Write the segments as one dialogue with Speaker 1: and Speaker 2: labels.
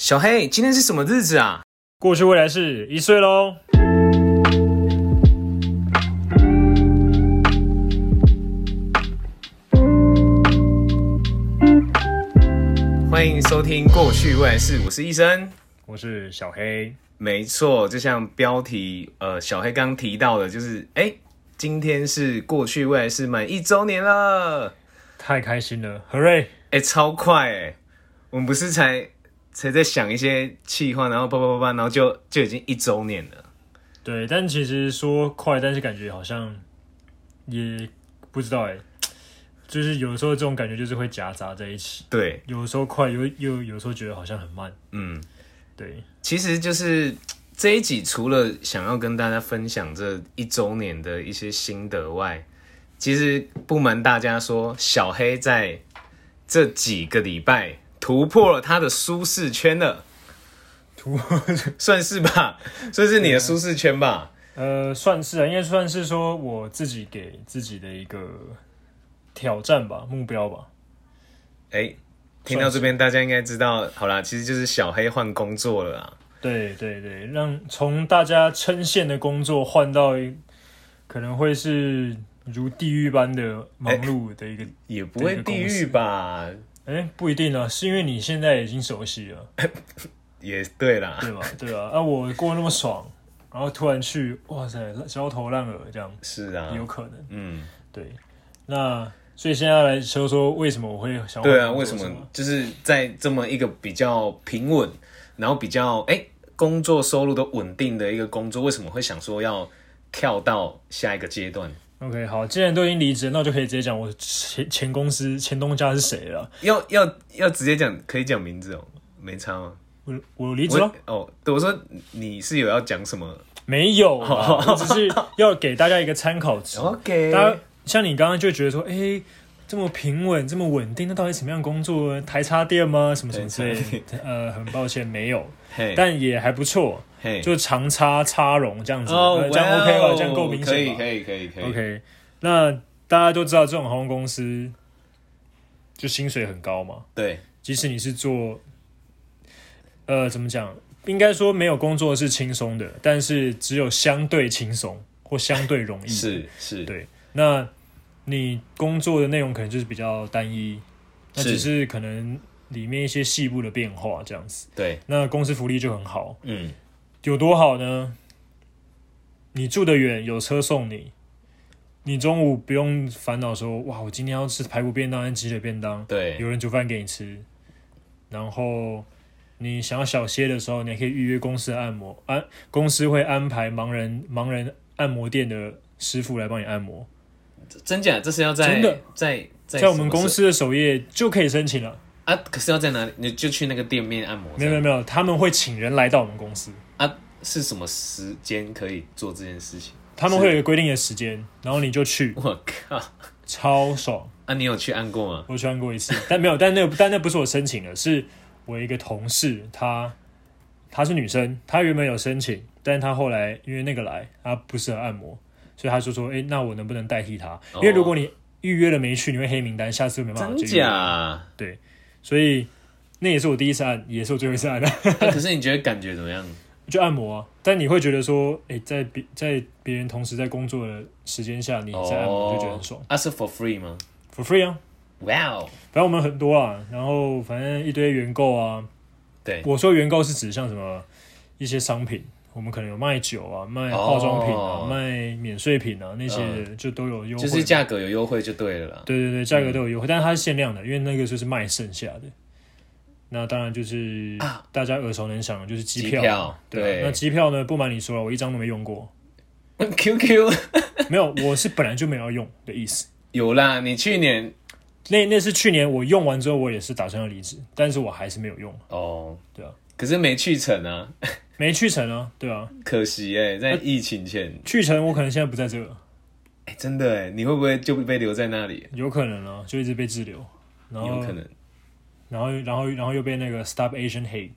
Speaker 1: 小黑，今天是什么日子啊？
Speaker 2: 过去未来式一岁喽！
Speaker 1: 欢迎收听《过去未来事》，我是医生。
Speaker 2: 我是小黑，
Speaker 1: 没错，就像标题呃小黑刚提到的，就是哎、今天是《过去未来事》满一周年了，
Speaker 2: 太开心了，Hooray！
Speaker 1: 哎、超快哎、我们不是才才在想一些气话，然后叭叭叭叭，然后就就已经一周年了。
Speaker 2: 对，但其实说快，但是感觉好像也不知道哎、就是有时候这种感觉就是会夹杂在一起，
Speaker 1: 对，
Speaker 2: 有时候快，有又有时候觉得好像很慢，
Speaker 1: 嗯，
Speaker 2: 对，
Speaker 1: 其实就是这一集，除了想要跟大家分享这一周年的一些心得外，其实不瞒大家说，小黑在这几个礼拜突破了他的舒适圈了，
Speaker 2: 突
Speaker 1: 算是吧，算是
Speaker 2: 啊
Speaker 1: 你的舒适圈吧。
Speaker 2: 呃算是啊，应该算是说我自己给自己的一个挑战吧，目标吧，
Speaker 1: 哎、听到这边大家应该知道，好啦，其实就是小黑换工作了啊。
Speaker 2: 对对对，让从大家称羡的工作换到一可能会是如地狱般的忙碌的一个，
Speaker 1: 也不会地狱吧？
Speaker 2: 哎、不一定啊，是因为你现在已经熟悉了，
Speaker 1: 也对啦，
Speaker 2: 对吧？对啊，啊，我过那么爽，然后突然去，哇塞，焦头烂额这样，
Speaker 1: 是啊，
Speaker 2: 有可能，
Speaker 1: 嗯，
Speaker 2: 对。那所以现在来说说为什么我会想
Speaker 1: 对啊，为
Speaker 2: 换工
Speaker 1: 什
Speaker 2: 作
Speaker 1: 么就是在这么一个比较平稳，然后比较哎、工作收入都稳定的一个工作，为什么会想说要跳到下一个阶段？
Speaker 2: ？OK，好，既然都已经离职，那我就可以直接讲我前前公司前东家是谁了。
Speaker 1: 要要要直接讲，可以讲名字哦，没差吗？
Speaker 2: 我我离职了
Speaker 1: 我。哦，对我说你是有要讲什么
Speaker 2: 没有啦，我只是要给大家一个参考 值。
Speaker 1: 哦？OK，
Speaker 2: 大家像你刚刚就觉得说，哎、这么平稳，这么稳定，那到底什么样的工作呢？台插店吗？什么什么之
Speaker 1: 台插
Speaker 2: 类的？呃，很抱歉，没有，
Speaker 1: 嘿，
Speaker 2: 但也还不错，
Speaker 1: 嘿，
Speaker 2: 就长插插绒这样子，
Speaker 1: 哦
Speaker 2: 呃，这样 OK
Speaker 1: 哇
Speaker 2: 吧？
Speaker 1: 哦
Speaker 2: 这样够明
Speaker 1: 可以，
Speaker 2: 显吧
Speaker 1: 可以，可以，可以
Speaker 2: ？OK，那大家都知道，这种航空公司就薪水很高嘛，
Speaker 1: 对，
Speaker 2: 即使你是做，呃，怎么讲？应该说没有工作是轻松的，但是只有相对轻松或相对容 易。，
Speaker 1: 是是，
Speaker 2: 嗯对。那你工作的内容可能就是比较单一，那
Speaker 1: 是
Speaker 2: 只是可能里面一些细部的变化这样子。
Speaker 1: 对，
Speaker 2: 那公司福利就很好，
Speaker 1: 嗯，
Speaker 2: 有多好呢？你住得远，有车送你，你中午不用烦恼说哇，我今天要吃排骨便当还是鸡腿便当，
Speaker 1: 对，
Speaker 2: 有人煮饭给你吃，然后你想要小歇的时候，你还可以预约公司的按摩，安、公司会安排盲人盲人按摩店的师傅来帮你按摩，
Speaker 1: 真假？这是要在
Speaker 2: 真的
Speaker 1: 在在
Speaker 2: 在我们
Speaker 1: 什么时
Speaker 2: 公司的首页就可以申请了。
Speaker 1: 啊，可是要在哪里？你就去那个店面按摩这
Speaker 2: 没
Speaker 1: 样。
Speaker 2: 有没有没有，他们会请人来到我们公司，
Speaker 1: 啊，是什么时间可以做这件事情？
Speaker 2: 他们会有一个规定的时间，然后你就去，
Speaker 1: 我靠！
Speaker 2: 超爽。
Speaker 1: 啊，你有去按过吗？
Speaker 2: 我去按过一次， 但没有，但那但那不是我申请的，是我一个同事，她她是女生，她原本有申请，但是她后来因为那个来，她不适合按摩，所以她就说，诶，那我能不能代替她？因为如果你预约了没去，你会黑名单，下次就没办法
Speaker 1: 哦真
Speaker 2: 去。
Speaker 1: 假？啊，
Speaker 2: 所以那也是我第一次按，也是我最后一次按的，
Speaker 1: 哎可是你觉得感觉怎么样？
Speaker 2: 就按摩啊。但你会觉得说，诶，在别在别人同时在工作的时间下，你在按摩就觉得很爽、
Speaker 1: 啊，是 for free 吗
Speaker 2: f o r free 啊。
Speaker 1: ？Wow！
Speaker 2: 反正我们很多啊，然后反正一堆原购啊，
Speaker 1: 对，
Speaker 2: 我说原购是指像什么一些商品，我们可能有卖酒啊、卖化妆品啊、
Speaker 1: 哦
Speaker 2: 卖免税品啊，那些
Speaker 1: 嗯
Speaker 2: 就都有优惠。
Speaker 1: 就是价嗯格有优惠就对了啦。
Speaker 2: 对对对，价格都有优惠，但是它是限量的，因为那个就是卖剩下的。那当然就是
Speaker 1: 啊
Speaker 2: 大家耳熟能详的就是机
Speaker 1: 机
Speaker 2: 票，
Speaker 1: 票
Speaker 2: 对啊。那
Speaker 1: 对
Speaker 2: 机票呢？不瞒你说了，我一张都没用过，
Speaker 1: ，QQ
Speaker 2: 没有，我是本来就没有要用的意思。
Speaker 1: 有啦。你去 年
Speaker 2: 那那是去年我用完之后，我也是打算要离职，但是我还是没有用，
Speaker 1: 哦，
Speaker 2: 对啊，
Speaker 1: 可是没去成啊，
Speaker 2: 没去成啊，对啊，
Speaker 1: 可惜哎，在疫情前，
Speaker 2: 去成我可能现在不在这了。
Speaker 1: 哎，真的哎，你会不会就被留在那里？
Speaker 2: 有可能啊，就一直被滞留，然后
Speaker 1: 有可能
Speaker 2: 然后然后然后又被那个 Stop Asian Hate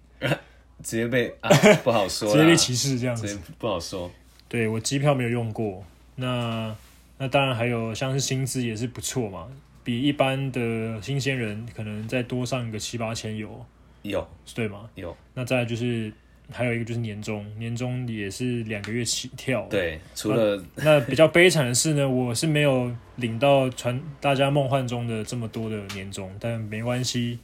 Speaker 1: 直接被 啊，不好说啦，
Speaker 2: 直接被歧视这样
Speaker 1: 直
Speaker 2: 子。
Speaker 1: 接不好说。
Speaker 2: 对我机票没有用过，那那当然还有像是薪资也是不错嘛，比一般的新鲜人可能再多上个七八千有，
Speaker 1: 有
Speaker 2: 对吗？
Speaker 1: 有，
Speaker 2: 那再来就是还有一个就是年终，年终也是两个月起跳。，
Speaker 1: 对，除了
Speaker 2: 那比较悲惨的是呢，我是没有领到传大家梦幻中的这么多的年终，但没关系，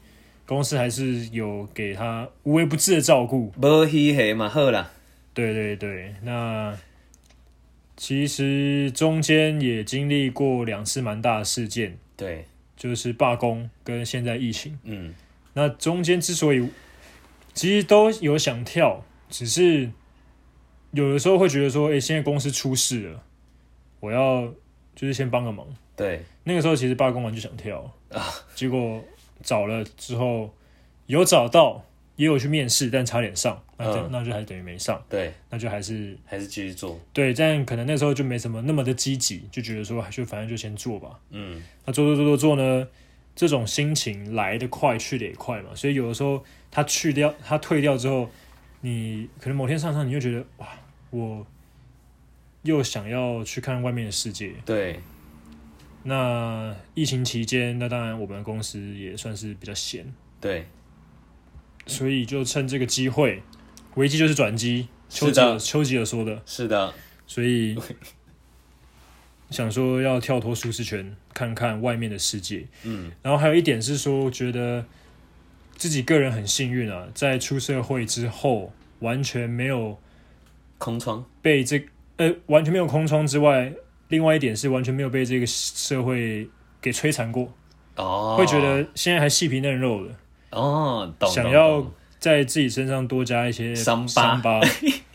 Speaker 2: 公司还是有给他无微不至的照顾。
Speaker 1: 无黑黑嘛好啦，
Speaker 2: 对对对，那其实中间也经历过两次蛮大的事件，
Speaker 1: 对，
Speaker 2: 就是罢工跟现在疫情。
Speaker 1: 嗯，
Speaker 2: 那中间之所以其实都有想跳，只是有的时候会觉得说，诶，现在公司出事了，我要就是先帮个忙。
Speaker 1: 对，
Speaker 2: 那个时候其实罢工完就想跳啊， 结果找了之后有找到，也有去面试，但差点上，那就、
Speaker 1: 嗯
Speaker 2: 那就还等于没上，
Speaker 1: 对，
Speaker 2: 那就还是
Speaker 1: 还是继续做，
Speaker 2: 对，但可能那时候就没什么那么的积极，就觉得说就反正就先做吧。
Speaker 1: 嗯，
Speaker 2: 那做做做做做呢，这种心情来得快，去得也快嘛，所以有的时候他去掉，他退掉之后，你可能某天上上，你就觉得哇，我又想要去看外面的世界。
Speaker 1: 对，
Speaker 2: 那疫情期间，那当然我们公司也算是比较闲，
Speaker 1: 对，
Speaker 2: 所以就趁这个机会，危机就是转机。丘
Speaker 1: 是
Speaker 2: 吉尔，
Speaker 1: 的
Speaker 2: 丘吉尔说的，
Speaker 1: 是的，
Speaker 2: 所以想说要跳脱舒适圈，看看外面的世界。
Speaker 1: 嗯，
Speaker 2: 然后还有一点是说，我觉得自己个人很幸运啊，在出社会之后，完全没有
Speaker 1: 空窗，
Speaker 2: 被这呃完全没有空窗之外，另外一点是完全没有被这个社会给摧残过，
Speaker 1: 哦，
Speaker 2: 会觉得现在还细皮嫩肉的，
Speaker 1: 哦，懂，
Speaker 2: 想
Speaker 1: 懂
Speaker 2: 要
Speaker 1: 懂
Speaker 2: 在自己身上多加一些
Speaker 1: 伤疤
Speaker 2: 伤疤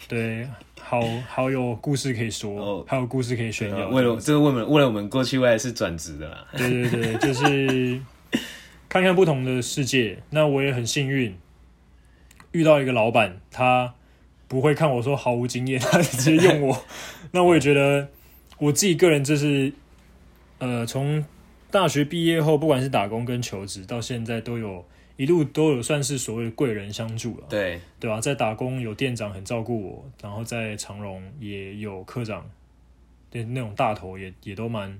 Speaker 2: 对，好好有故事可以说，
Speaker 1: 哦
Speaker 2: 还有故事可以炫
Speaker 1: 对啊
Speaker 2: 耀。
Speaker 1: 为了这个为了为了我们过去未来是转职的啦，
Speaker 2: 对对对，就是看看不同的世界。那我也很幸运，遇到一个老板，他不会看我说毫无经验，他直接用我。那我也觉得我自己个人，这是呃，从大学毕业后，不管是打工跟求职，到现在都有一路都有算是所谓的贵人相助了，
Speaker 1: 对，
Speaker 2: 对吧、在打工有店长很照顾我，然后在长荣也有科长，对那种大头也也都蛮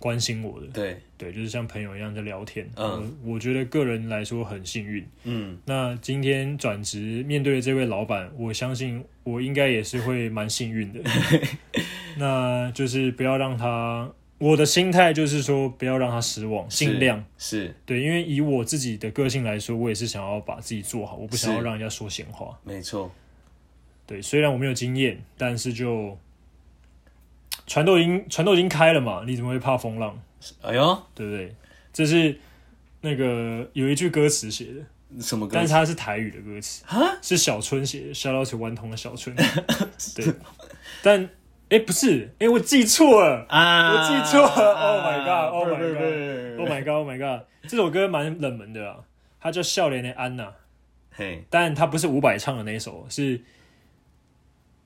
Speaker 2: 关心我的。
Speaker 1: 对，
Speaker 2: 对，就是像朋友一样在聊天。
Speaker 1: 嗯
Speaker 2: 我，我觉得个人来说很幸运。
Speaker 1: 嗯，
Speaker 2: 那今天转职面对的这位老板，我相信我应该也是会蛮幸 运的。那就是不要让他，我的心态就是说不要让他失望，
Speaker 1: 是
Speaker 2: 尽量
Speaker 1: 是
Speaker 2: 对，因为以我自己的个性来说，我也是想要把自己做好，我不想要
Speaker 1: 是
Speaker 2: 让人家说闲话。
Speaker 1: 没错，
Speaker 2: 对，虽然我没有经验，但是就船都已经船都已经开了嘛，你怎么会怕风浪？
Speaker 1: 哎呦，
Speaker 2: 对不对？这是那个有一句歌词啊写的，
Speaker 1: 什么歌
Speaker 2: 但是它是台语的歌词，是小春写的，shout out to 顽童的小 春。对，但哎、不是，哎、我记错了
Speaker 1: 啊
Speaker 2: 我记错了，Oh my god，Oh
Speaker 1: 不
Speaker 2: my
Speaker 1: 不不
Speaker 2: god
Speaker 1: 不
Speaker 2: ，Oh my god，Oh my god，这首歌蛮冷门的啦，它叫《笑脸的安娜》，
Speaker 1: 嘿，
Speaker 2: 但它不是伍佰唱的那一首，是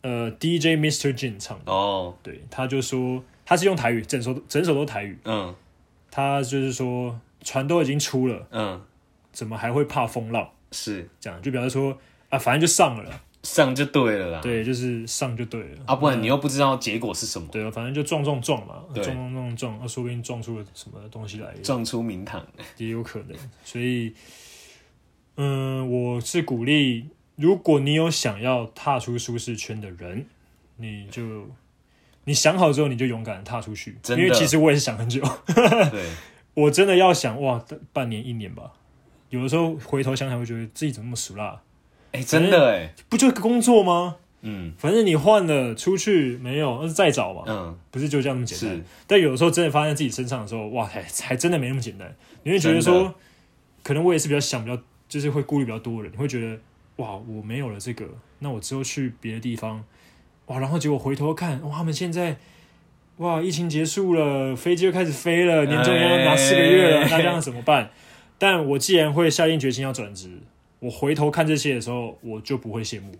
Speaker 2: 呃 DJ Mr. Jin 唱的。
Speaker 1: 哦，
Speaker 2: 对，他就说他是用台语，整首整首都台语，
Speaker 1: 嗯
Speaker 2: 他就是说船都已经出了。
Speaker 1: 嗯，
Speaker 2: 怎么还会怕风浪？
Speaker 1: 是
Speaker 2: 这样就表示说啊，反正就上了啦，
Speaker 1: 上就对了啦，
Speaker 2: 对，就是上就对了
Speaker 1: 啊，不然你又不知道结果是什么，
Speaker 2: 对啊，反正就撞撞撞嘛，
Speaker 1: 对
Speaker 2: 撞撞撞撞，啊说不定撞出了什么东西来，
Speaker 1: 撞出名堂，
Speaker 2: 也有可能。所以，嗯，我是鼓励，如果你有想要踏出舒适圈的人，你就你想好之后，你就勇敢地踏出去。因
Speaker 1: 真的
Speaker 2: 为其实我也是想很久，
Speaker 1: 对，
Speaker 2: 我真的要想哇，半年一年吧。有的时候回头想想，会觉得自己怎么那么俗辣？
Speaker 1: 哎，真的哎，
Speaker 2: 不就是个工作吗？
Speaker 1: 嗯
Speaker 2: 反正你换了出去没有，那是再找嘛，
Speaker 1: 嗯，
Speaker 2: 不是就这样哦那么简单
Speaker 1: 是。
Speaker 2: 但有的时候真的发现自己身上的时候，哇，还还真的没那么简单。你会觉得
Speaker 1: 真
Speaker 2: 说
Speaker 1: 的，
Speaker 2: 可能我也是比较想比较，就是会顾虑比较多的人，你会觉得哇，我没有了这个，那我之后去别的地方，哇，然后结果回头看，哇，他们现在。哇，疫情结束了，飞机又开始飞了，年终也要拿四个月了，
Speaker 1: 哎
Speaker 2: 那这样怎么办？但我既然会下定决心要转职，我回头看这些的时候，我就不会羡慕，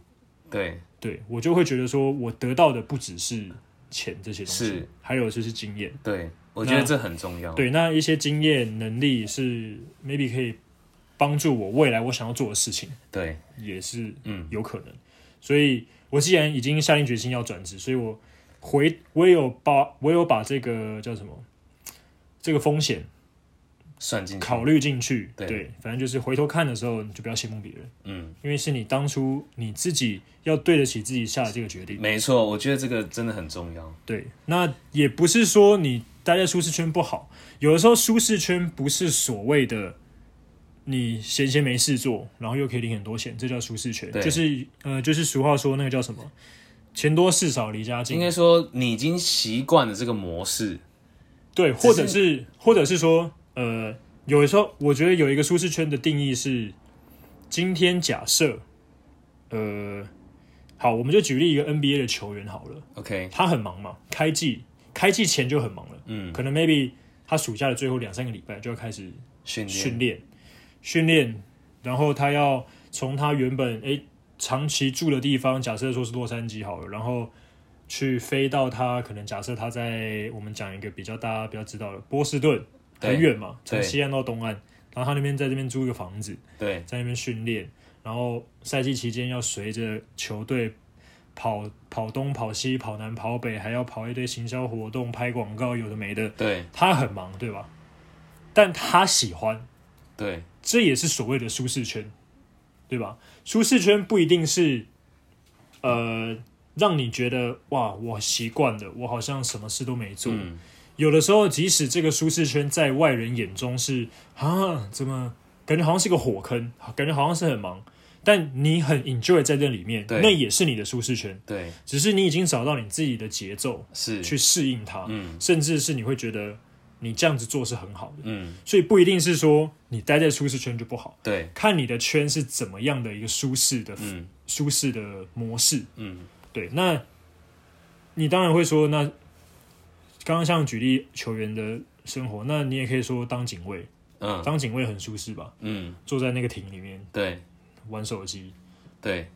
Speaker 1: 对，
Speaker 2: 对我就会觉得说，我得到的不只是钱这些东西
Speaker 1: 是，
Speaker 2: 还有就是经验。
Speaker 1: 对，我觉
Speaker 2: 那
Speaker 1: 得这很重要，，
Speaker 2: 对，那一些经验能力是 maybe 可以帮助我未来我想要做的事情，
Speaker 1: 对，
Speaker 2: 也是
Speaker 1: 嗯，
Speaker 2: 有可能。所以我既然已经下定决心要转职，所以我回我也有把我有把这个叫什么这个风险
Speaker 1: 算进去，
Speaker 2: 考虑进去。
Speaker 1: 对
Speaker 2: 对，反正就是回头看的时候，你就不要羡慕别人，
Speaker 1: 嗯，
Speaker 2: 因为是你当初你自己要对得起自己下的这个决定。
Speaker 1: 没错，我觉得这个真的很重要。
Speaker 2: 对，那也不是说你待在舒适圈不好，有的时候舒适圈不是所谓的你闲闲没事做，然后又可以领很多钱，这叫舒适圈。
Speaker 1: 对
Speaker 2: 就是呃，就是俗话说那个叫什么，钱多事少离家
Speaker 1: 应
Speaker 2: 近
Speaker 1: 该。说你已经习惯了这个模式，
Speaker 2: 对，或者
Speaker 1: 只
Speaker 2: 是或者是说呃，有的时候我觉得有一个舒适圈的定义是，今天假设呃，好，我们就举例一个 NBA 的球员好了，
Speaker 1: OK，
Speaker 2: 他很忙嘛，开季开季前就很忙了。
Speaker 1: 嗯，
Speaker 2: 可能 maybe 他暑假的最后两三个礼拜就要开始
Speaker 1: 训练，
Speaker 2: 训练，训练，然后他要从他原本诶长期住的地方，假设说是洛杉矶好了，然后去飞到他可能假设他在我们讲一个比较大家比较知道的波士顿，
Speaker 1: 对
Speaker 2: 很远嘛，从
Speaker 1: 对
Speaker 2: 西岸到东岸，然后他那边在这边租一个房子，
Speaker 1: 对，
Speaker 2: 在那边训练，然后赛季期间要随着球队跑跑东跑西跑南跑北，还要跑一堆行销活动、拍广告，有的没的，
Speaker 1: 对，
Speaker 2: 他很忙，对吧？但他喜欢，
Speaker 1: 对，
Speaker 2: 这也是所谓的舒适圈，对吧？舒适圈不一定是呃让你觉得哇，我习惯了，我好像什么事都没做，
Speaker 1: 嗯，
Speaker 2: 有的时候，即使这个舒适圈在外人眼中是啊，怎么感觉好像是个火坑，感觉好像是很忙，但你很 enjoy 在这里面，
Speaker 1: 对
Speaker 2: 那也是你的舒适圈，
Speaker 1: 对，
Speaker 2: 只是你已经找到你自己的节奏
Speaker 1: 是，
Speaker 2: 去适应它，
Speaker 1: 嗯
Speaker 2: 甚至是你会觉得你这样子做是很好的，
Speaker 1: 嗯，
Speaker 2: 所以不一定是说你待在舒适圈就不好，
Speaker 1: 对，
Speaker 2: 看你的圈是怎么样的一个舒适的、
Speaker 1: 嗯
Speaker 2: 舒适的模式，
Speaker 1: 嗯，
Speaker 2: 对，那你当然会说，那刚刚像举例球员的生活，那你也可以说当警卫，
Speaker 1: 嗯
Speaker 2: 当警卫很舒适吧？
Speaker 1: 嗯，
Speaker 2: 坐在那个艇里面
Speaker 1: 对，
Speaker 2: 玩手机，
Speaker 1: 对，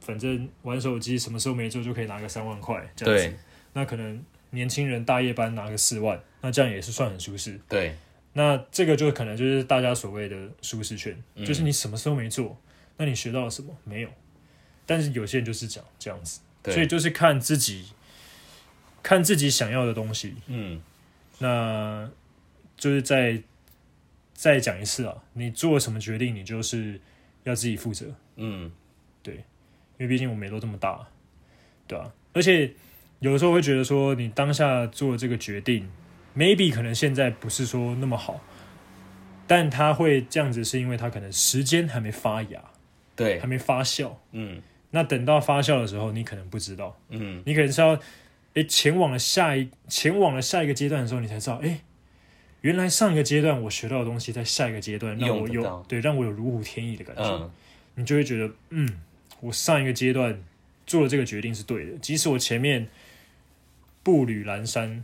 Speaker 2: 反正玩手机什么时候没做就可以拿个三万块这样
Speaker 1: 对
Speaker 2: 子。，那可能年轻人大夜班拿个四万，那这样也是算很舒适。
Speaker 1: 对，
Speaker 2: 那这个就可能就是大家所谓的舒适圈，
Speaker 1: 嗯
Speaker 2: 就是你什么时候没做，那你学到了什么没有？但是有些人就是讲这样子。所以
Speaker 1: 对，
Speaker 2: 就是看自己，看自己想要的东西。
Speaker 1: 嗯，
Speaker 2: 那就是再再讲一次啊，你做什么决定，你就是要自己负责，因
Speaker 1: 嗯，
Speaker 2: 为毕竟我们也都这么大，对吧、而且有的时候会觉得说，你当下做这个决定，maybe 可能现在不是说那么好，但他会这样子，是因为他可能时间还没发芽，
Speaker 1: 对
Speaker 2: 还，没发酵。
Speaker 1: 嗯
Speaker 2: 那等到发酵的时候，你可能不知道。
Speaker 1: 嗯，
Speaker 2: 你可能是要诶、前往了下一前往了下一个阶段的时候，你才知道诶、原来上一个阶段我学到的东西，在下一个阶段让我
Speaker 1: 用得到
Speaker 2: 有对让我有如虎添翼的感觉，
Speaker 1: 嗯，
Speaker 2: 你就会觉得嗯，我上一个阶段做的这个决定是对的，即使我前面步履蹒跚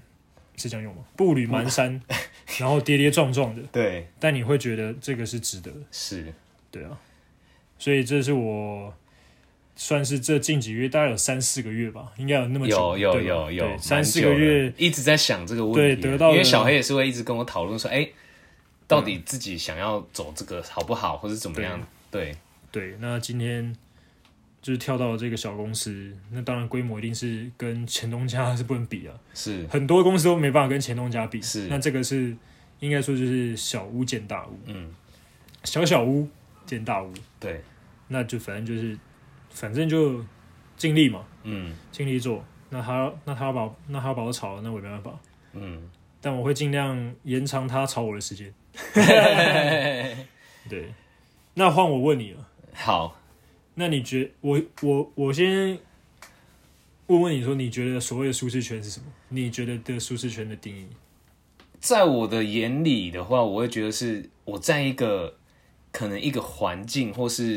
Speaker 2: 是这样用吗？步履蹒跚， 然后跌跌撞撞的，
Speaker 1: 对，
Speaker 2: 但你会觉得这个是值得的。
Speaker 1: 是，
Speaker 2: 对啊，所以这是我算是这近几个月，大概有三四个月吧，应该有那么
Speaker 1: 有
Speaker 2: 久，
Speaker 1: 有
Speaker 2: 对吧
Speaker 1: 有
Speaker 2: 对
Speaker 1: 有，
Speaker 2: 三
Speaker 1: 蛮
Speaker 2: 四
Speaker 1: 久
Speaker 2: 个
Speaker 1: 了
Speaker 2: 月，
Speaker 1: 一直在想这个问
Speaker 2: 对
Speaker 1: 题，啊
Speaker 2: 得到了
Speaker 1: 因为小黑也是会一直跟我讨论说，哎，到底自己想要走这个好不好，或是怎么样？对，
Speaker 2: 对，那今天就是跳到这个小公司，那当然规模一定是跟前东家是不能比啊，
Speaker 1: 是，
Speaker 2: 很多公司都没办法跟前东家比，
Speaker 1: 是
Speaker 2: 那这个是应该说就是小巫见大巫，
Speaker 1: 嗯，
Speaker 2: 小小巫见大巫，
Speaker 1: 对，
Speaker 2: 那就反正就是反正就尽力嘛，
Speaker 1: 嗯
Speaker 2: 尽力做，那他那他要把那他要把我炒了，那我也没办法。
Speaker 1: 嗯。
Speaker 2: 但我会尽量延长他吵我的时 间。对，那换我问你了，
Speaker 1: 好，
Speaker 2: 那你觉我我我先问问你说，你觉得所谓的舒适圈是什么？你觉得的舒适圈的定义？
Speaker 1: 在我的眼里的话，我会觉得是我在一个可能一个环境或是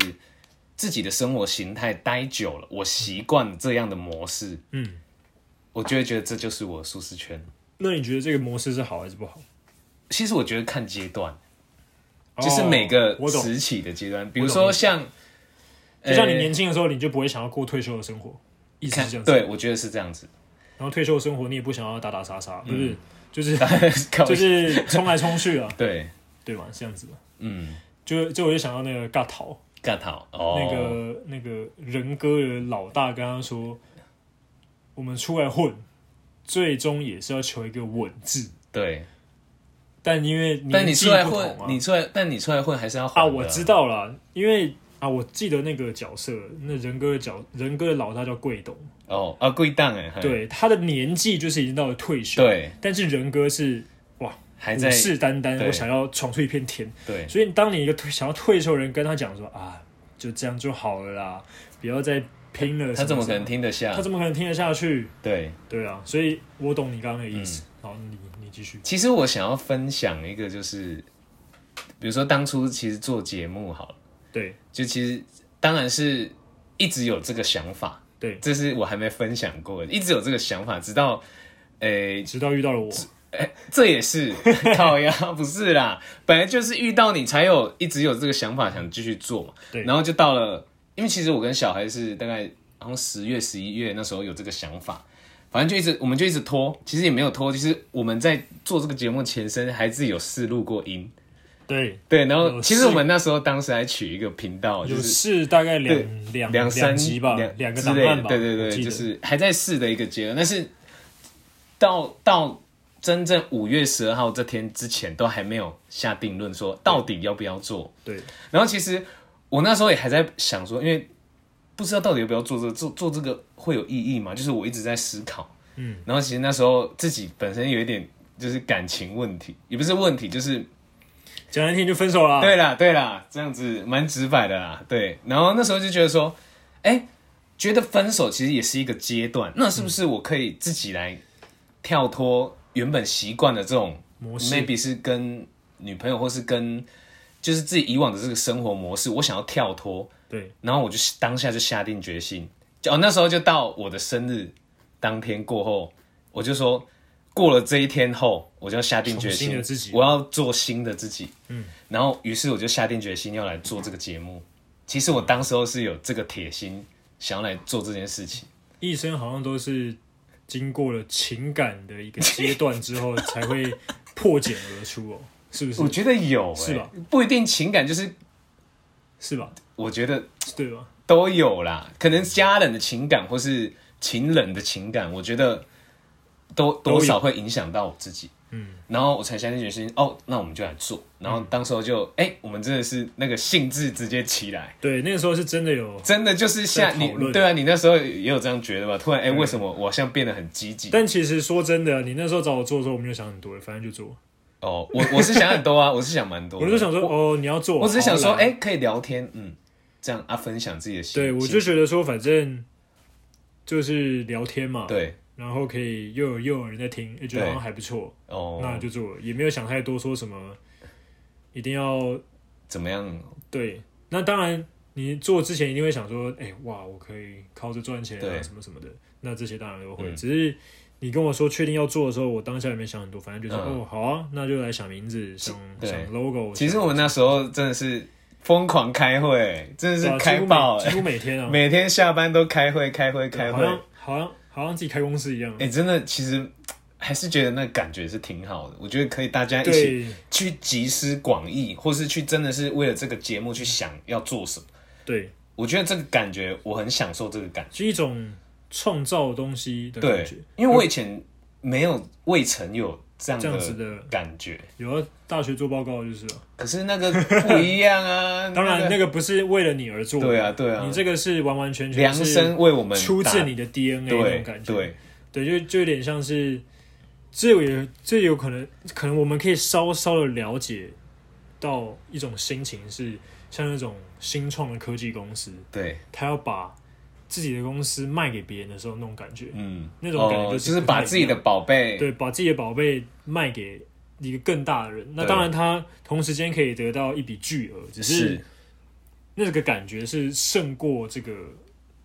Speaker 1: 自己的生活形态待久了，我习惯这样的模式，
Speaker 2: 嗯，
Speaker 1: 我就会觉得这就是我的舒适圈。
Speaker 2: 那你觉得这个模式是好还是不好？
Speaker 1: 其实我觉得看阶段，就是每
Speaker 2: 哦
Speaker 1: 个
Speaker 2: 我懂，
Speaker 1: 时期的阶段，比如
Speaker 2: 我
Speaker 1: 说
Speaker 2: 懂
Speaker 1: 像，
Speaker 2: 就像你
Speaker 1: 呃
Speaker 2: 年轻的时候，你就不会想要过退休的生活，意思
Speaker 1: 看
Speaker 2: 是这样子。，
Speaker 1: 对我觉得是这样子，
Speaker 2: 然后退休的生活你也不想要打打杀杀，
Speaker 1: 嗯
Speaker 2: 不是，就是
Speaker 1: 靠
Speaker 2: 就是冲来冲去啊，
Speaker 1: 对，
Speaker 2: 对吗？这样子吧。
Speaker 1: 嗯，
Speaker 2: 就就我就想到那个尬逃，
Speaker 1: 干好哦，
Speaker 2: 那个那个人哥的老大跟他说，我们出来混，最终也是要求一个稳字。
Speaker 1: 对
Speaker 2: 但因为
Speaker 1: 但
Speaker 2: 年
Speaker 1: 你
Speaker 2: 纪
Speaker 1: 出来
Speaker 2: 不同啊
Speaker 1: 混
Speaker 2: 嘛，
Speaker 1: 你出来，但你出来混还是要还
Speaker 2: 啊，
Speaker 1: 的
Speaker 2: 我知道啦，因为啊，我记得那个角色，那人哥的角，人哥的老大叫贵董，
Speaker 1: 哦啊，贵档哎，嘿
Speaker 2: 对，他的年纪就是已经到了退休，，
Speaker 1: 对，
Speaker 2: 但是人哥是哇，
Speaker 1: 还在
Speaker 2: 虎视眈眈，
Speaker 1: 对
Speaker 2: 我想要闯出一片天，
Speaker 1: 对
Speaker 2: 所以当你一个退想要退休的人跟他讲说啊，就这样就好了啦，不要再拼了，
Speaker 1: 他怎么可能
Speaker 2: 听？
Speaker 1: 听啊得下
Speaker 2: 他？怎么可能听得下去？
Speaker 1: 对，
Speaker 2: 对啊，所以我懂你刚刚的意
Speaker 1: 嗯
Speaker 2: 思。好，你你继续。
Speaker 1: 其实我想要分享一个，就是比如说当初其实做节目好了，
Speaker 2: 对
Speaker 1: 就其实当然是一直有这个想法，
Speaker 2: 对，
Speaker 1: 这是我还没分享过的，一直有这个想法，直到诶、
Speaker 2: 直到遇到了我，
Speaker 1: 这也是 靠呀，不是啦，本来就是遇到你才有一直有这个想法想继续做嘛。
Speaker 2: 对
Speaker 1: 然后就到了，因为其实我跟小孩是大概好像十月、十一月那时候有这个想法，反正就一直我们就一直拖，其实也没有拖，就是我们在做这个节目前身还是有试录过音，
Speaker 2: 对，
Speaker 1: 对，然后
Speaker 2: 有
Speaker 1: 其实
Speaker 2: 试
Speaker 1: 我们那时候当时还取一个频道，就
Speaker 2: 有
Speaker 1: 是。
Speaker 2: 事大概
Speaker 1: 对
Speaker 2: 两两
Speaker 1: 两三
Speaker 2: 两集吧，两个
Speaker 1: 之
Speaker 2: 档
Speaker 1: 类
Speaker 2: 案
Speaker 1: 的，
Speaker 2: 吧，
Speaker 1: 对对
Speaker 2: 我
Speaker 1: 对，
Speaker 2: 记得
Speaker 1: 就是还在试的一个阶段，但是到到真正五月十二号这天之前，都还没有下定论说到底要不要做。
Speaker 2: 对
Speaker 1: 然后其实我那时候也还在想说，因为不知道到底要不要做这个，做做这个会有意义吗？就是我一直在思考，
Speaker 2: 嗯，
Speaker 1: 然后其实那时候自己本身有一点就是感情问题，也不是问题，就是
Speaker 2: 讲难听就分手啦。
Speaker 1: 对啦，对啦，这样子蛮直白的啦。对，然后那时候就觉得说，哎、觉得分手其实也是一个阶段，那是不
Speaker 2: 嗯
Speaker 1: 是我可以自己来跳脱原本习惯的这种
Speaker 2: 模式
Speaker 1: m a y b e 是跟女朋友或是跟就是自己以往的这个生活模式，我想要跳脱，
Speaker 2: 对
Speaker 1: 然后我就当下就下定决心，就哦那时候就到我的生日当天过后，我就说过了这一天后，我就要下定决
Speaker 2: 重新
Speaker 1: 心
Speaker 2: 的自己，
Speaker 1: 我要做新的自己。嗯，然后于是我就下定决心要来做这个节目。其实我当时候是有这个铁心，想要来做这件事情。
Speaker 2: 一生好像都是经过了情感的一个阶段之后，才会破茧而出哦，是不
Speaker 1: 我
Speaker 2: 是？
Speaker 1: 觉得有、欸，
Speaker 2: 是吧？
Speaker 1: 不一定情感，就是
Speaker 2: 是吧？
Speaker 1: 我觉得
Speaker 2: 对吧？
Speaker 1: 都有啦，可能家人的情感或是情人的情感，我觉得都
Speaker 2: 有
Speaker 1: 多少会影响到我自己。嗯，然后我才下定决心，哦，那我们就来做。
Speaker 2: 嗯
Speaker 1: 然后当时候就，哎、我们真的是那个兴致直接起来，
Speaker 2: 对，那个时候是真的有，
Speaker 1: 真的就是下
Speaker 2: 在讨
Speaker 1: 你
Speaker 2: 论
Speaker 1: 对啊，你那时候也有这样觉得吧？突然，哎、为什么我好像变得很积极？
Speaker 2: 但其实说真的，你那时候找我做的时候，我没有想很多，反正就做。
Speaker 1: 哦，我我是想很 多啊，我是想蛮多的。
Speaker 2: 我就想说，哦，你要做，
Speaker 1: 我只是想说，
Speaker 2: 好来啊
Speaker 1: 哎、可以聊天，嗯，这样啊，分享自己的心。
Speaker 2: 对我就
Speaker 1: 心
Speaker 2: 觉得说，反正就是聊天嘛，，
Speaker 1: 对
Speaker 2: 然后可以又有又有人在听，哎觉得
Speaker 1: 对
Speaker 2: 好像还不错，
Speaker 1: 哦，
Speaker 2: 那就做了，也没有想太多，说什么一定要
Speaker 1: 怎么样？
Speaker 2: 对，那当然，你做之前一定会想说，哎、哇，我可以靠着赚钱啊，
Speaker 1: 对
Speaker 2: 什么什么的。那这些当然都会，
Speaker 1: 嗯
Speaker 2: 只是你跟我说确定要做的时候，我当下也没想很多，反正就是、
Speaker 1: 嗯
Speaker 2: 哦，好啊，那就来想名字，想
Speaker 1: 对
Speaker 2: 想 logo 想。
Speaker 1: 其实我们那时候真的是疯狂开会，真的
Speaker 2: 对啊
Speaker 1: 是开爆、欸
Speaker 2: 几乎每几乎每天 啊，
Speaker 1: 每天下班都开会，开会，开
Speaker 2: 好
Speaker 1: 会。
Speaker 2: 像好像好像自己开公司一样。
Speaker 1: 哎、真的，其实还是觉得那感觉是挺好的。我觉得可以大家一起
Speaker 2: 对
Speaker 1: 去集思广益，或是去真的是为了这个节目去想要做什么。
Speaker 2: 对，
Speaker 1: 我觉得这个感觉，我很享受这个感觉。
Speaker 2: 是一种创造东西的感
Speaker 1: 对
Speaker 2: 觉。，
Speaker 1: 因为我以前没有未曾有这样
Speaker 2: 这样子
Speaker 1: 的
Speaker 2: 的，
Speaker 1: 感觉，
Speaker 2: 有啊，大学做报告就是啊、
Speaker 1: 可是那个不一样啊。
Speaker 2: 当然
Speaker 1: 那
Speaker 2: 那
Speaker 1: 个
Speaker 2: 个不是为了你而做的，
Speaker 1: 对啊对啊
Speaker 2: 你这个是完完全全
Speaker 1: 量
Speaker 2: 是
Speaker 1: 身为我们
Speaker 2: 出
Speaker 1: 打
Speaker 2: 自你的 DNA 那
Speaker 1: 对
Speaker 2: 种感觉。
Speaker 1: 对
Speaker 2: 对，就就有点像是，这有这有可能，可能我们可以稍稍的了解到一种心情是，像那种新创的科技公司，
Speaker 1: 对，
Speaker 2: 他要把自己的公司卖给别人的时候那种感觉，
Speaker 1: 嗯，
Speaker 2: 那种感觉
Speaker 1: 哦
Speaker 2: 就是
Speaker 1: 就是把自己的宝贝
Speaker 2: 对，把自己的宝贝卖给一个更大的人。那
Speaker 1: 对
Speaker 2: 当然，他同时间可以得到一笔巨额，只是
Speaker 1: 是
Speaker 2: 那个感觉是胜过这个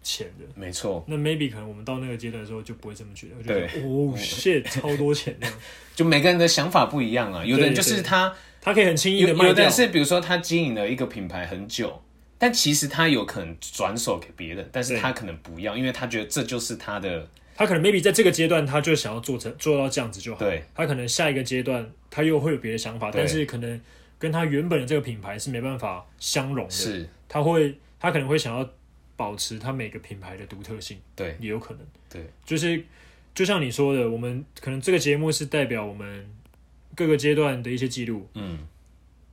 Speaker 2: 钱的。
Speaker 1: 没错，
Speaker 2: 那 maybe 可能我们到那个阶段的时候就不会这么觉得，我觉得
Speaker 1: 对嗯
Speaker 2: 哦 shit 超多钱那 样，
Speaker 1: 就每个人的想法不一样啊。有的人就
Speaker 2: 对
Speaker 1: 是他，
Speaker 2: 他可以很轻易
Speaker 1: 有
Speaker 2: 的卖
Speaker 1: 有的
Speaker 2: 掉
Speaker 1: 人，是比如说他经营了一个品牌很久，但其实他有可能转手给别人，但是
Speaker 2: 对
Speaker 1: 他可能不要，因为他觉得这就是他的
Speaker 2: 他可能 maybe 在这个阶段他就想要做成做到这样子就好，
Speaker 1: 对
Speaker 2: 他可能下一个阶段他又会有别的想法，
Speaker 1: 对
Speaker 2: 但是可能跟他原本的这个品牌是没办法相容的，
Speaker 1: 是，
Speaker 2: 他会他可能会想要保持他每个品牌的独特性，
Speaker 1: 对
Speaker 2: 也有可能，
Speaker 1: 对，
Speaker 2: 就是就像你说的，我们可能这个节目是代表我们各个阶段的一些记录，
Speaker 1: 嗯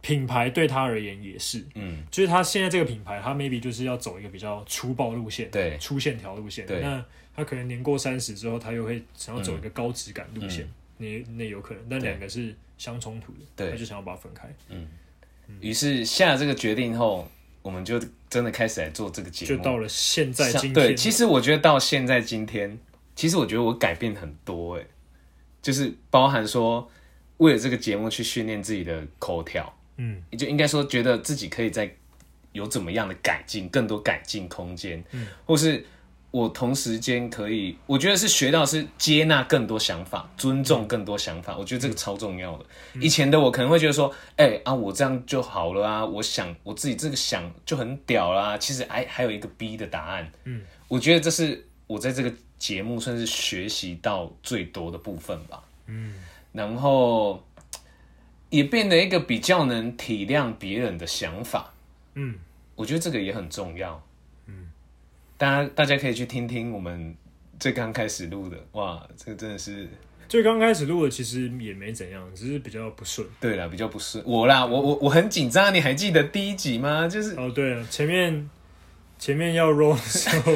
Speaker 2: 品牌对他而言也是，
Speaker 1: 嗯，
Speaker 2: 就是他现在这个品牌，他 maybe 就是要走一个比较粗暴路线，
Speaker 1: 对
Speaker 2: 粗线条路线。
Speaker 1: 对
Speaker 2: 那他可能年过三十之后，他又会想要走一个高质感路线，那那有可能，
Speaker 1: 嗯
Speaker 2: 但
Speaker 1: 对
Speaker 2: 两个是相冲突的，
Speaker 1: 对
Speaker 2: 他就想要把它分开，
Speaker 1: 于是下了这个决定后，我们就真的开始来做这个节
Speaker 2: 就
Speaker 1: 目。
Speaker 2: 到了现在
Speaker 1: 像
Speaker 2: 今天。
Speaker 1: 对，其实我觉得到现在今天，其实我觉得我改变很多哎、就是包含说为了这个节目去训练自己的口条，
Speaker 2: 嗯，
Speaker 1: 就应该说觉得自己可以在有怎么样的改进，更多改进空间，嗯，或是我同时间可以，我觉得是学到是接纳更多想法，尊重更多想法，我觉得这个超重要的。以前的我可能会觉得说，哎、啊，我这样就好了啊，我想我自己这个想就很屌啦，其实还还有一个 B 的答案，嗯，我觉得这是我在这个节目算是学习到最多的部分吧，嗯，然后。也变得一个比较能体谅别人的想法。
Speaker 2: 嗯，
Speaker 1: 我觉得这个也很重要。嗯，大家大家可以去听听我们最刚开始录的，哇，这个真的是
Speaker 2: 最刚开始录的其实也没怎样，只是比较不顺。
Speaker 1: 对啦，比较不顺我啦，我我我很紧张，你还记得第一集吗？就是
Speaker 2: 哦，对了，前面前面要 roll 的时候，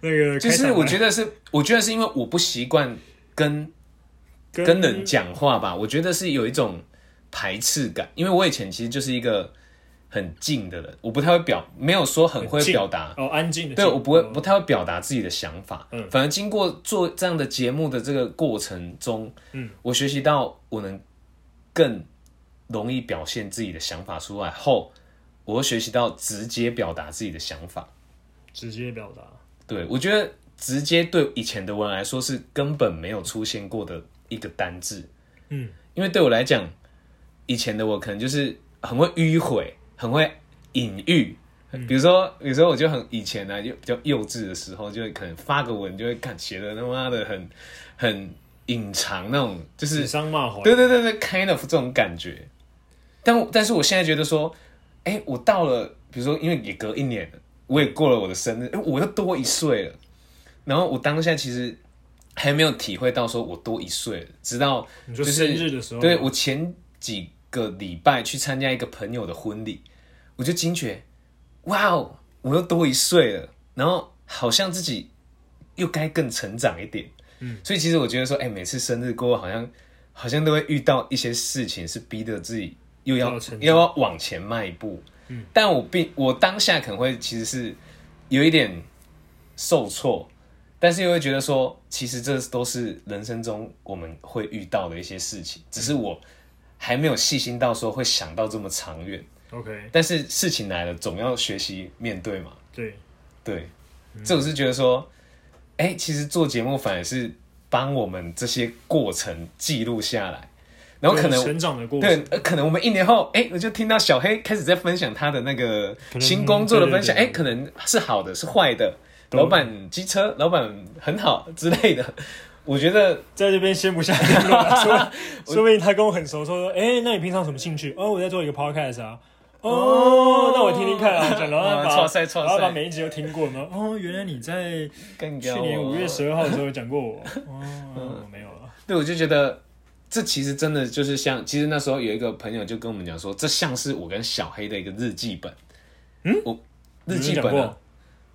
Speaker 2: 那个
Speaker 1: 就
Speaker 2: 开场
Speaker 1: 是
Speaker 2: 白
Speaker 1: 我觉得是，我觉得是因为我不习惯跟
Speaker 2: 跟
Speaker 1: 跟人讲话吧，我觉得是有一种排斥感，因为我以前其实就是一个很静的人，我不太会表，没有说很会
Speaker 2: 很静
Speaker 1: 表达，
Speaker 2: 哦安静的，
Speaker 1: 啊对我不会
Speaker 2: 哦
Speaker 1: 不太会表达自己的想法，
Speaker 2: 嗯
Speaker 1: 反而经过做这样的节目的这个过程中，
Speaker 2: 嗯，
Speaker 1: 我学习到我能更容易表现自己的想法出来后，我又学习到直接表达自己的想法。
Speaker 2: 直接表达。
Speaker 1: 对我觉得直接对以前的我来说是根本没有出现过的一个单字，
Speaker 2: 嗯，
Speaker 1: 因为对我来讲，以前的我可能就是很会迂回，很会隐喻。比如说，比如说，我就很以前呢、啊，就比较幼稚的时候，就会可能发个文，就会看写的他妈的很很隐藏那种，就是
Speaker 2: 指桑骂槐，
Speaker 1: 对对对对，kind of 这种感觉。但我但是我现在觉得说，哎、我到了，比如说，因为也隔一年了，我也过了我的生日，哎、我又多一岁了。然后我当下其实还没有体会到说我多一岁了，直到
Speaker 2: 你
Speaker 1: 就
Speaker 2: 说
Speaker 1: 是
Speaker 2: 生日的时候，
Speaker 1: 对我前几个礼拜去参加一个朋友的婚礼，我就惊觉，哇哦，我又多一岁了，然后好像自己又该更成长一点。嗯，所以其实我觉得说，哎、每次生日过后，好像好像都会遇到一些事情，是逼得自己又要
Speaker 2: 要成
Speaker 1: 又要往前迈一步。嗯，但我并我当下可能会其实是有一点受挫，但是又会觉得说，其实这都是人生中我们会遇到的一些事情，只是我还没有细心到说会想到这么长远。
Speaker 2: OK，
Speaker 1: 但是事情来了，总要学习面对嘛。
Speaker 2: 对，
Speaker 1: 对，
Speaker 2: 嗯
Speaker 1: 这我是觉得说，哎、其实做节目反而是帮我们这些过程记录下来，然后可
Speaker 2: 就是
Speaker 1: 能
Speaker 2: 成长的过
Speaker 1: 对
Speaker 2: 程，，
Speaker 1: 呃可能我们一年后，哎、我就听到小黑开始在分享他的那个
Speaker 2: 可能
Speaker 1: 新工作的
Speaker 2: 对对
Speaker 1: 分享，哎、
Speaker 2: 对
Speaker 1: 可能是好的，是坏的，
Speaker 2: 都
Speaker 1: 老板机车，老板很好之类的。 我觉得
Speaker 2: 在这边先不下定论， 说说不定他跟我很熟，说说，哎，那你平常有什么兴趣？哦，我在做一个 podcast 啊。哦，那我听听看啊，这样然后
Speaker 1: 哇
Speaker 2: 把
Speaker 1: 哦错塞错塞
Speaker 2: 然后把每一集都听过吗？哦，原来你在
Speaker 1: 更哦
Speaker 2: 去年五月十二号的时候有讲过我。哦，
Speaker 1: 嗯
Speaker 2: 我没有了。
Speaker 1: 对，我就觉得这其实真的就是像，其实那时候有一个朋友就跟我们讲说，这像是我跟小黑的一个日记本。嗯，我日记
Speaker 2: 有
Speaker 1: 本、
Speaker 2: 人
Speaker 1: 啊
Speaker 2: 讲、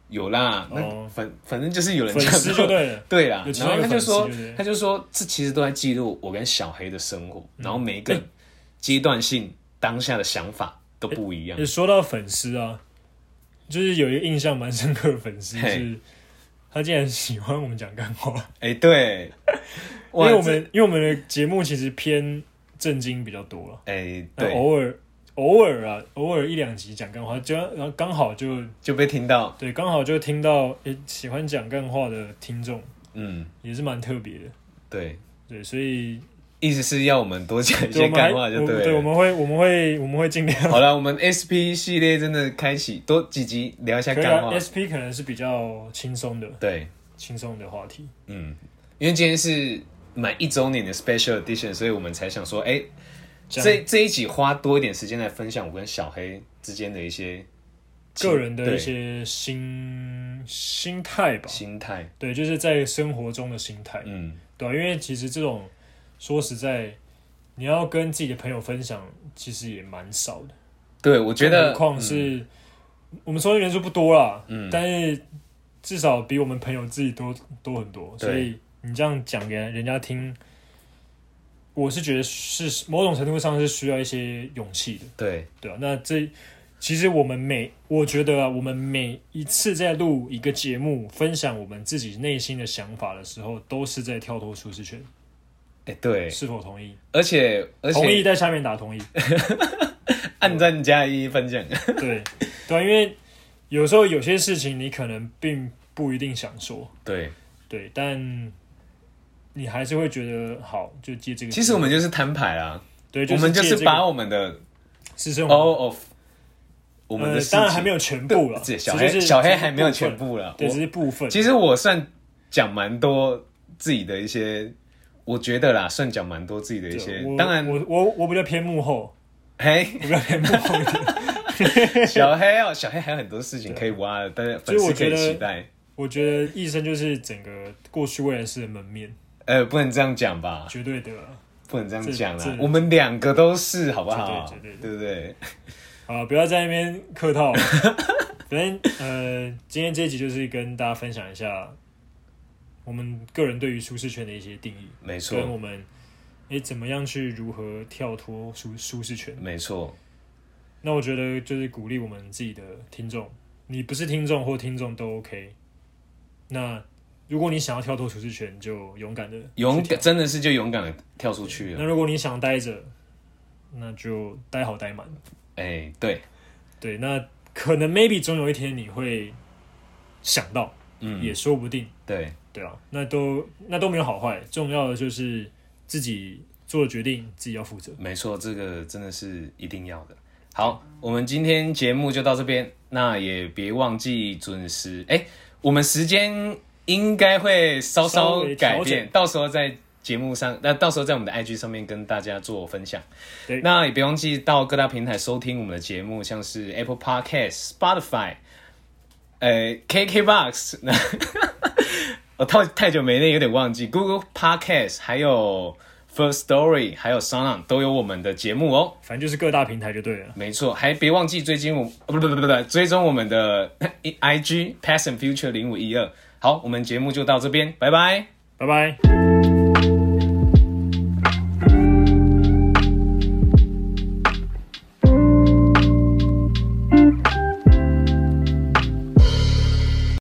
Speaker 1: 有啦，那
Speaker 2: 哦
Speaker 1: 反、反正就是有人
Speaker 2: 过粉
Speaker 1: 讲
Speaker 2: 丝就
Speaker 1: 过
Speaker 2: 对了。
Speaker 1: 对啦
Speaker 2: 有，其
Speaker 1: 然
Speaker 2: 中
Speaker 1: 后
Speaker 2: 一个
Speaker 1: 他就说
Speaker 2: 粉丝就是，
Speaker 1: 他就说，这其实都在记录我跟小黑的生活，然后每一个
Speaker 2: 哎
Speaker 1: 阶段性当下的想法都不一样
Speaker 2: 也。说到粉丝啊，就是有一个印象蛮深刻的粉丝
Speaker 1: 嘿
Speaker 2: 是，他竟然喜欢我们讲干话。
Speaker 1: 哎、 对，
Speaker 2: 因
Speaker 1: 哇
Speaker 2: 为我
Speaker 1: 这
Speaker 2: 们因为我们的节目其实偏震惊比较多啊了，
Speaker 1: 哎、
Speaker 2: 那
Speaker 1: 对，
Speaker 2: 偶尔偶尔啊，偶尔一两集讲干话，就然后刚好就
Speaker 1: 就被听到，
Speaker 2: 对，刚好就听到诶喜欢讲干话的听众
Speaker 1: 嗯，
Speaker 2: 也是蛮特别的，
Speaker 1: 对，
Speaker 2: 对，所以
Speaker 1: 意思是要我们多讲一
Speaker 2: 对
Speaker 1: 些
Speaker 2: 我们还
Speaker 1: 干话就
Speaker 2: 我
Speaker 1: 了。
Speaker 2: 对，我们会我们会我们会尽量
Speaker 1: 好了，我们 SP 系列真的开启多几集聊一下
Speaker 2: 可以
Speaker 1: 干
Speaker 2: 啊
Speaker 1: 话。
Speaker 2: ，SP 可能是比较轻松的
Speaker 1: 对，
Speaker 2: 轻松的话题，
Speaker 1: 嗯，因为今天是满一周年的 Special Edition，所以我们才想说，哎、
Speaker 2: 讲
Speaker 1: 这这一集花多一点时间来分享我跟小黑之间的一些
Speaker 2: 个人的
Speaker 1: 对
Speaker 2: 一些心心态吧，
Speaker 1: 心态。
Speaker 2: 对，就是在生活中的心态，
Speaker 1: 嗯，
Speaker 2: 对啊、因为其实这种说实在，你要跟自己的朋友分享，其实也蛮少的。
Speaker 1: 对，我觉得嗯
Speaker 2: 何况是、我们收的人数不多啦，但是至少比我们朋友自己多多很多，
Speaker 1: 对
Speaker 2: 所以你这样讲给人家听，我是觉得是某种程度上是需要一些勇气的，
Speaker 1: 对
Speaker 2: 对啊，那这其实我们每我觉得啊，我们每一次在录一个节目，分享我们自己内心的想法的时候，都是在跳脱舒适圈，
Speaker 1: 哎、对，
Speaker 2: 是否同意？
Speaker 1: 而且而
Speaker 2: 同意
Speaker 1: 且
Speaker 2: 在下面打同意。
Speaker 1: 按赞加一分享，
Speaker 2: 对，对啊，因为有时候有些事情你可能并不一定想说，
Speaker 1: 对，
Speaker 2: 对，但你还是会觉得好，就借这个机
Speaker 1: 其
Speaker 2: 会。
Speaker 1: 实我们就是摊牌啦，
Speaker 2: 对，
Speaker 1: 我们就
Speaker 2: 借
Speaker 1: 是
Speaker 2: 这个
Speaker 1: 把我们的
Speaker 2: 私生活，
Speaker 1: all of 我们的
Speaker 2: 呃，
Speaker 1: 事情，
Speaker 2: 当然还没有全部了，
Speaker 1: 对小
Speaker 2: 这
Speaker 1: 黑
Speaker 2: 就是
Speaker 1: 小黑
Speaker 2: 这是
Speaker 1: 还没有
Speaker 2: 部分
Speaker 1: 全，部了，
Speaker 2: 对，
Speaker 1: 我
Speaker 2: 只是部分。
Speaker 1: 其实我算讲蛮多自己的一些，我觉得啦，算讲蛮多自己的一些
Speaker 2: 对。我
Speaker 1: 当然，
Speaker 2: 我我我比较偏幕后，
Speaker 1: 嘿，
Speaker 2: 我比较偏幕后 一点。
Speaker 1: 小黑哦，小黑还有很多事情可以挖的，但是
Speaker 2: 所
Speaker 1: 粉
Speaker 2: 以
Speaker 1: 丝
Speaker 2: 我
Speaker 1: 可
Speaker 2: 觉
Speaker 1: 以
Speaker 2: 得
Speaker 1: 期待。
Speaker 2: 我觉得医生就是整个过去未来式的门面，
Speaker 1: 呃，不能这样讲吧，
Speaker 2: 绝对的啦。
Speaker 1: 不能这样讲
Speaker 2: 这
Speaker 1: 啦
Speaker 2: 这。
Speaker 1: 我们两个都是，好不好？
Speaker 2: 绝对绝
Speaker 1: 对不对？
Speaker 2: 好了，不要在那边客套了。 反正呃，今天这一集就是跟大家分享一下我们个人对于舒适圈的一些定义，
Speaker 1: 没
Speaker 2: 跟我
Speaker 1: 错，
Speaker 2: 们诶、怎么样去如何跳脱舒舒适圈。
Speaker 1: 没错，
Speaker 2: 那我觉得就是鼓励我们自己的听众，你不是听众或听众都 OK。那如果你想要跳脱舒适圈，就勇敢的
Speaker 1: 勇敢真的是就勇敢的跳出去
Speaker 2: 那
Speaker 1: 了。
Speaker 2: 如果你想待着，那就待好待满。
Speaker 1: 哎，对，
Speaker 2: 对，那可能 maybe 总有一天你会想到，也
Speaker 1: 嗯，
Speaker 2: 说不定，
Speaker 1: 对，
Speaker 2: 对啊，那都那都没有好坏，重要的就是自己做的决定，自己要负责。
Speaker 1: 没错，这个真的是一定要的。好，我们今天节目就到这边，那也别忘记准时。哎、我们时间应该会稍
Speaker 2: 稍
Speaker 1: 稍
Speaker 2: 微调
Speaker 1: 改变
Speaker 2: 整，
Speaker 1: 到时候在节目上，那到时候在我们的 IG 上面跟大家做分享
Speaker 2: 对。
Speaker 1: 那也别忘记到各大平台收听我们的节目，像是 Apple Podcast、Spotify、呃 KKBox，那 我太太久没练，有点忘记 Google Podcast，还有 First Story，还有 Sound 都有我们的节目哦。
Speaker 2: 反正就是各大平台就对了。
Speaker 1: 没错，还别忘记追踪我，呃不不不不不，追踪我们的 I G Past and Future 零五一二。好，我们节目就到这边，拜拜。
Speaker 2: 拜拜。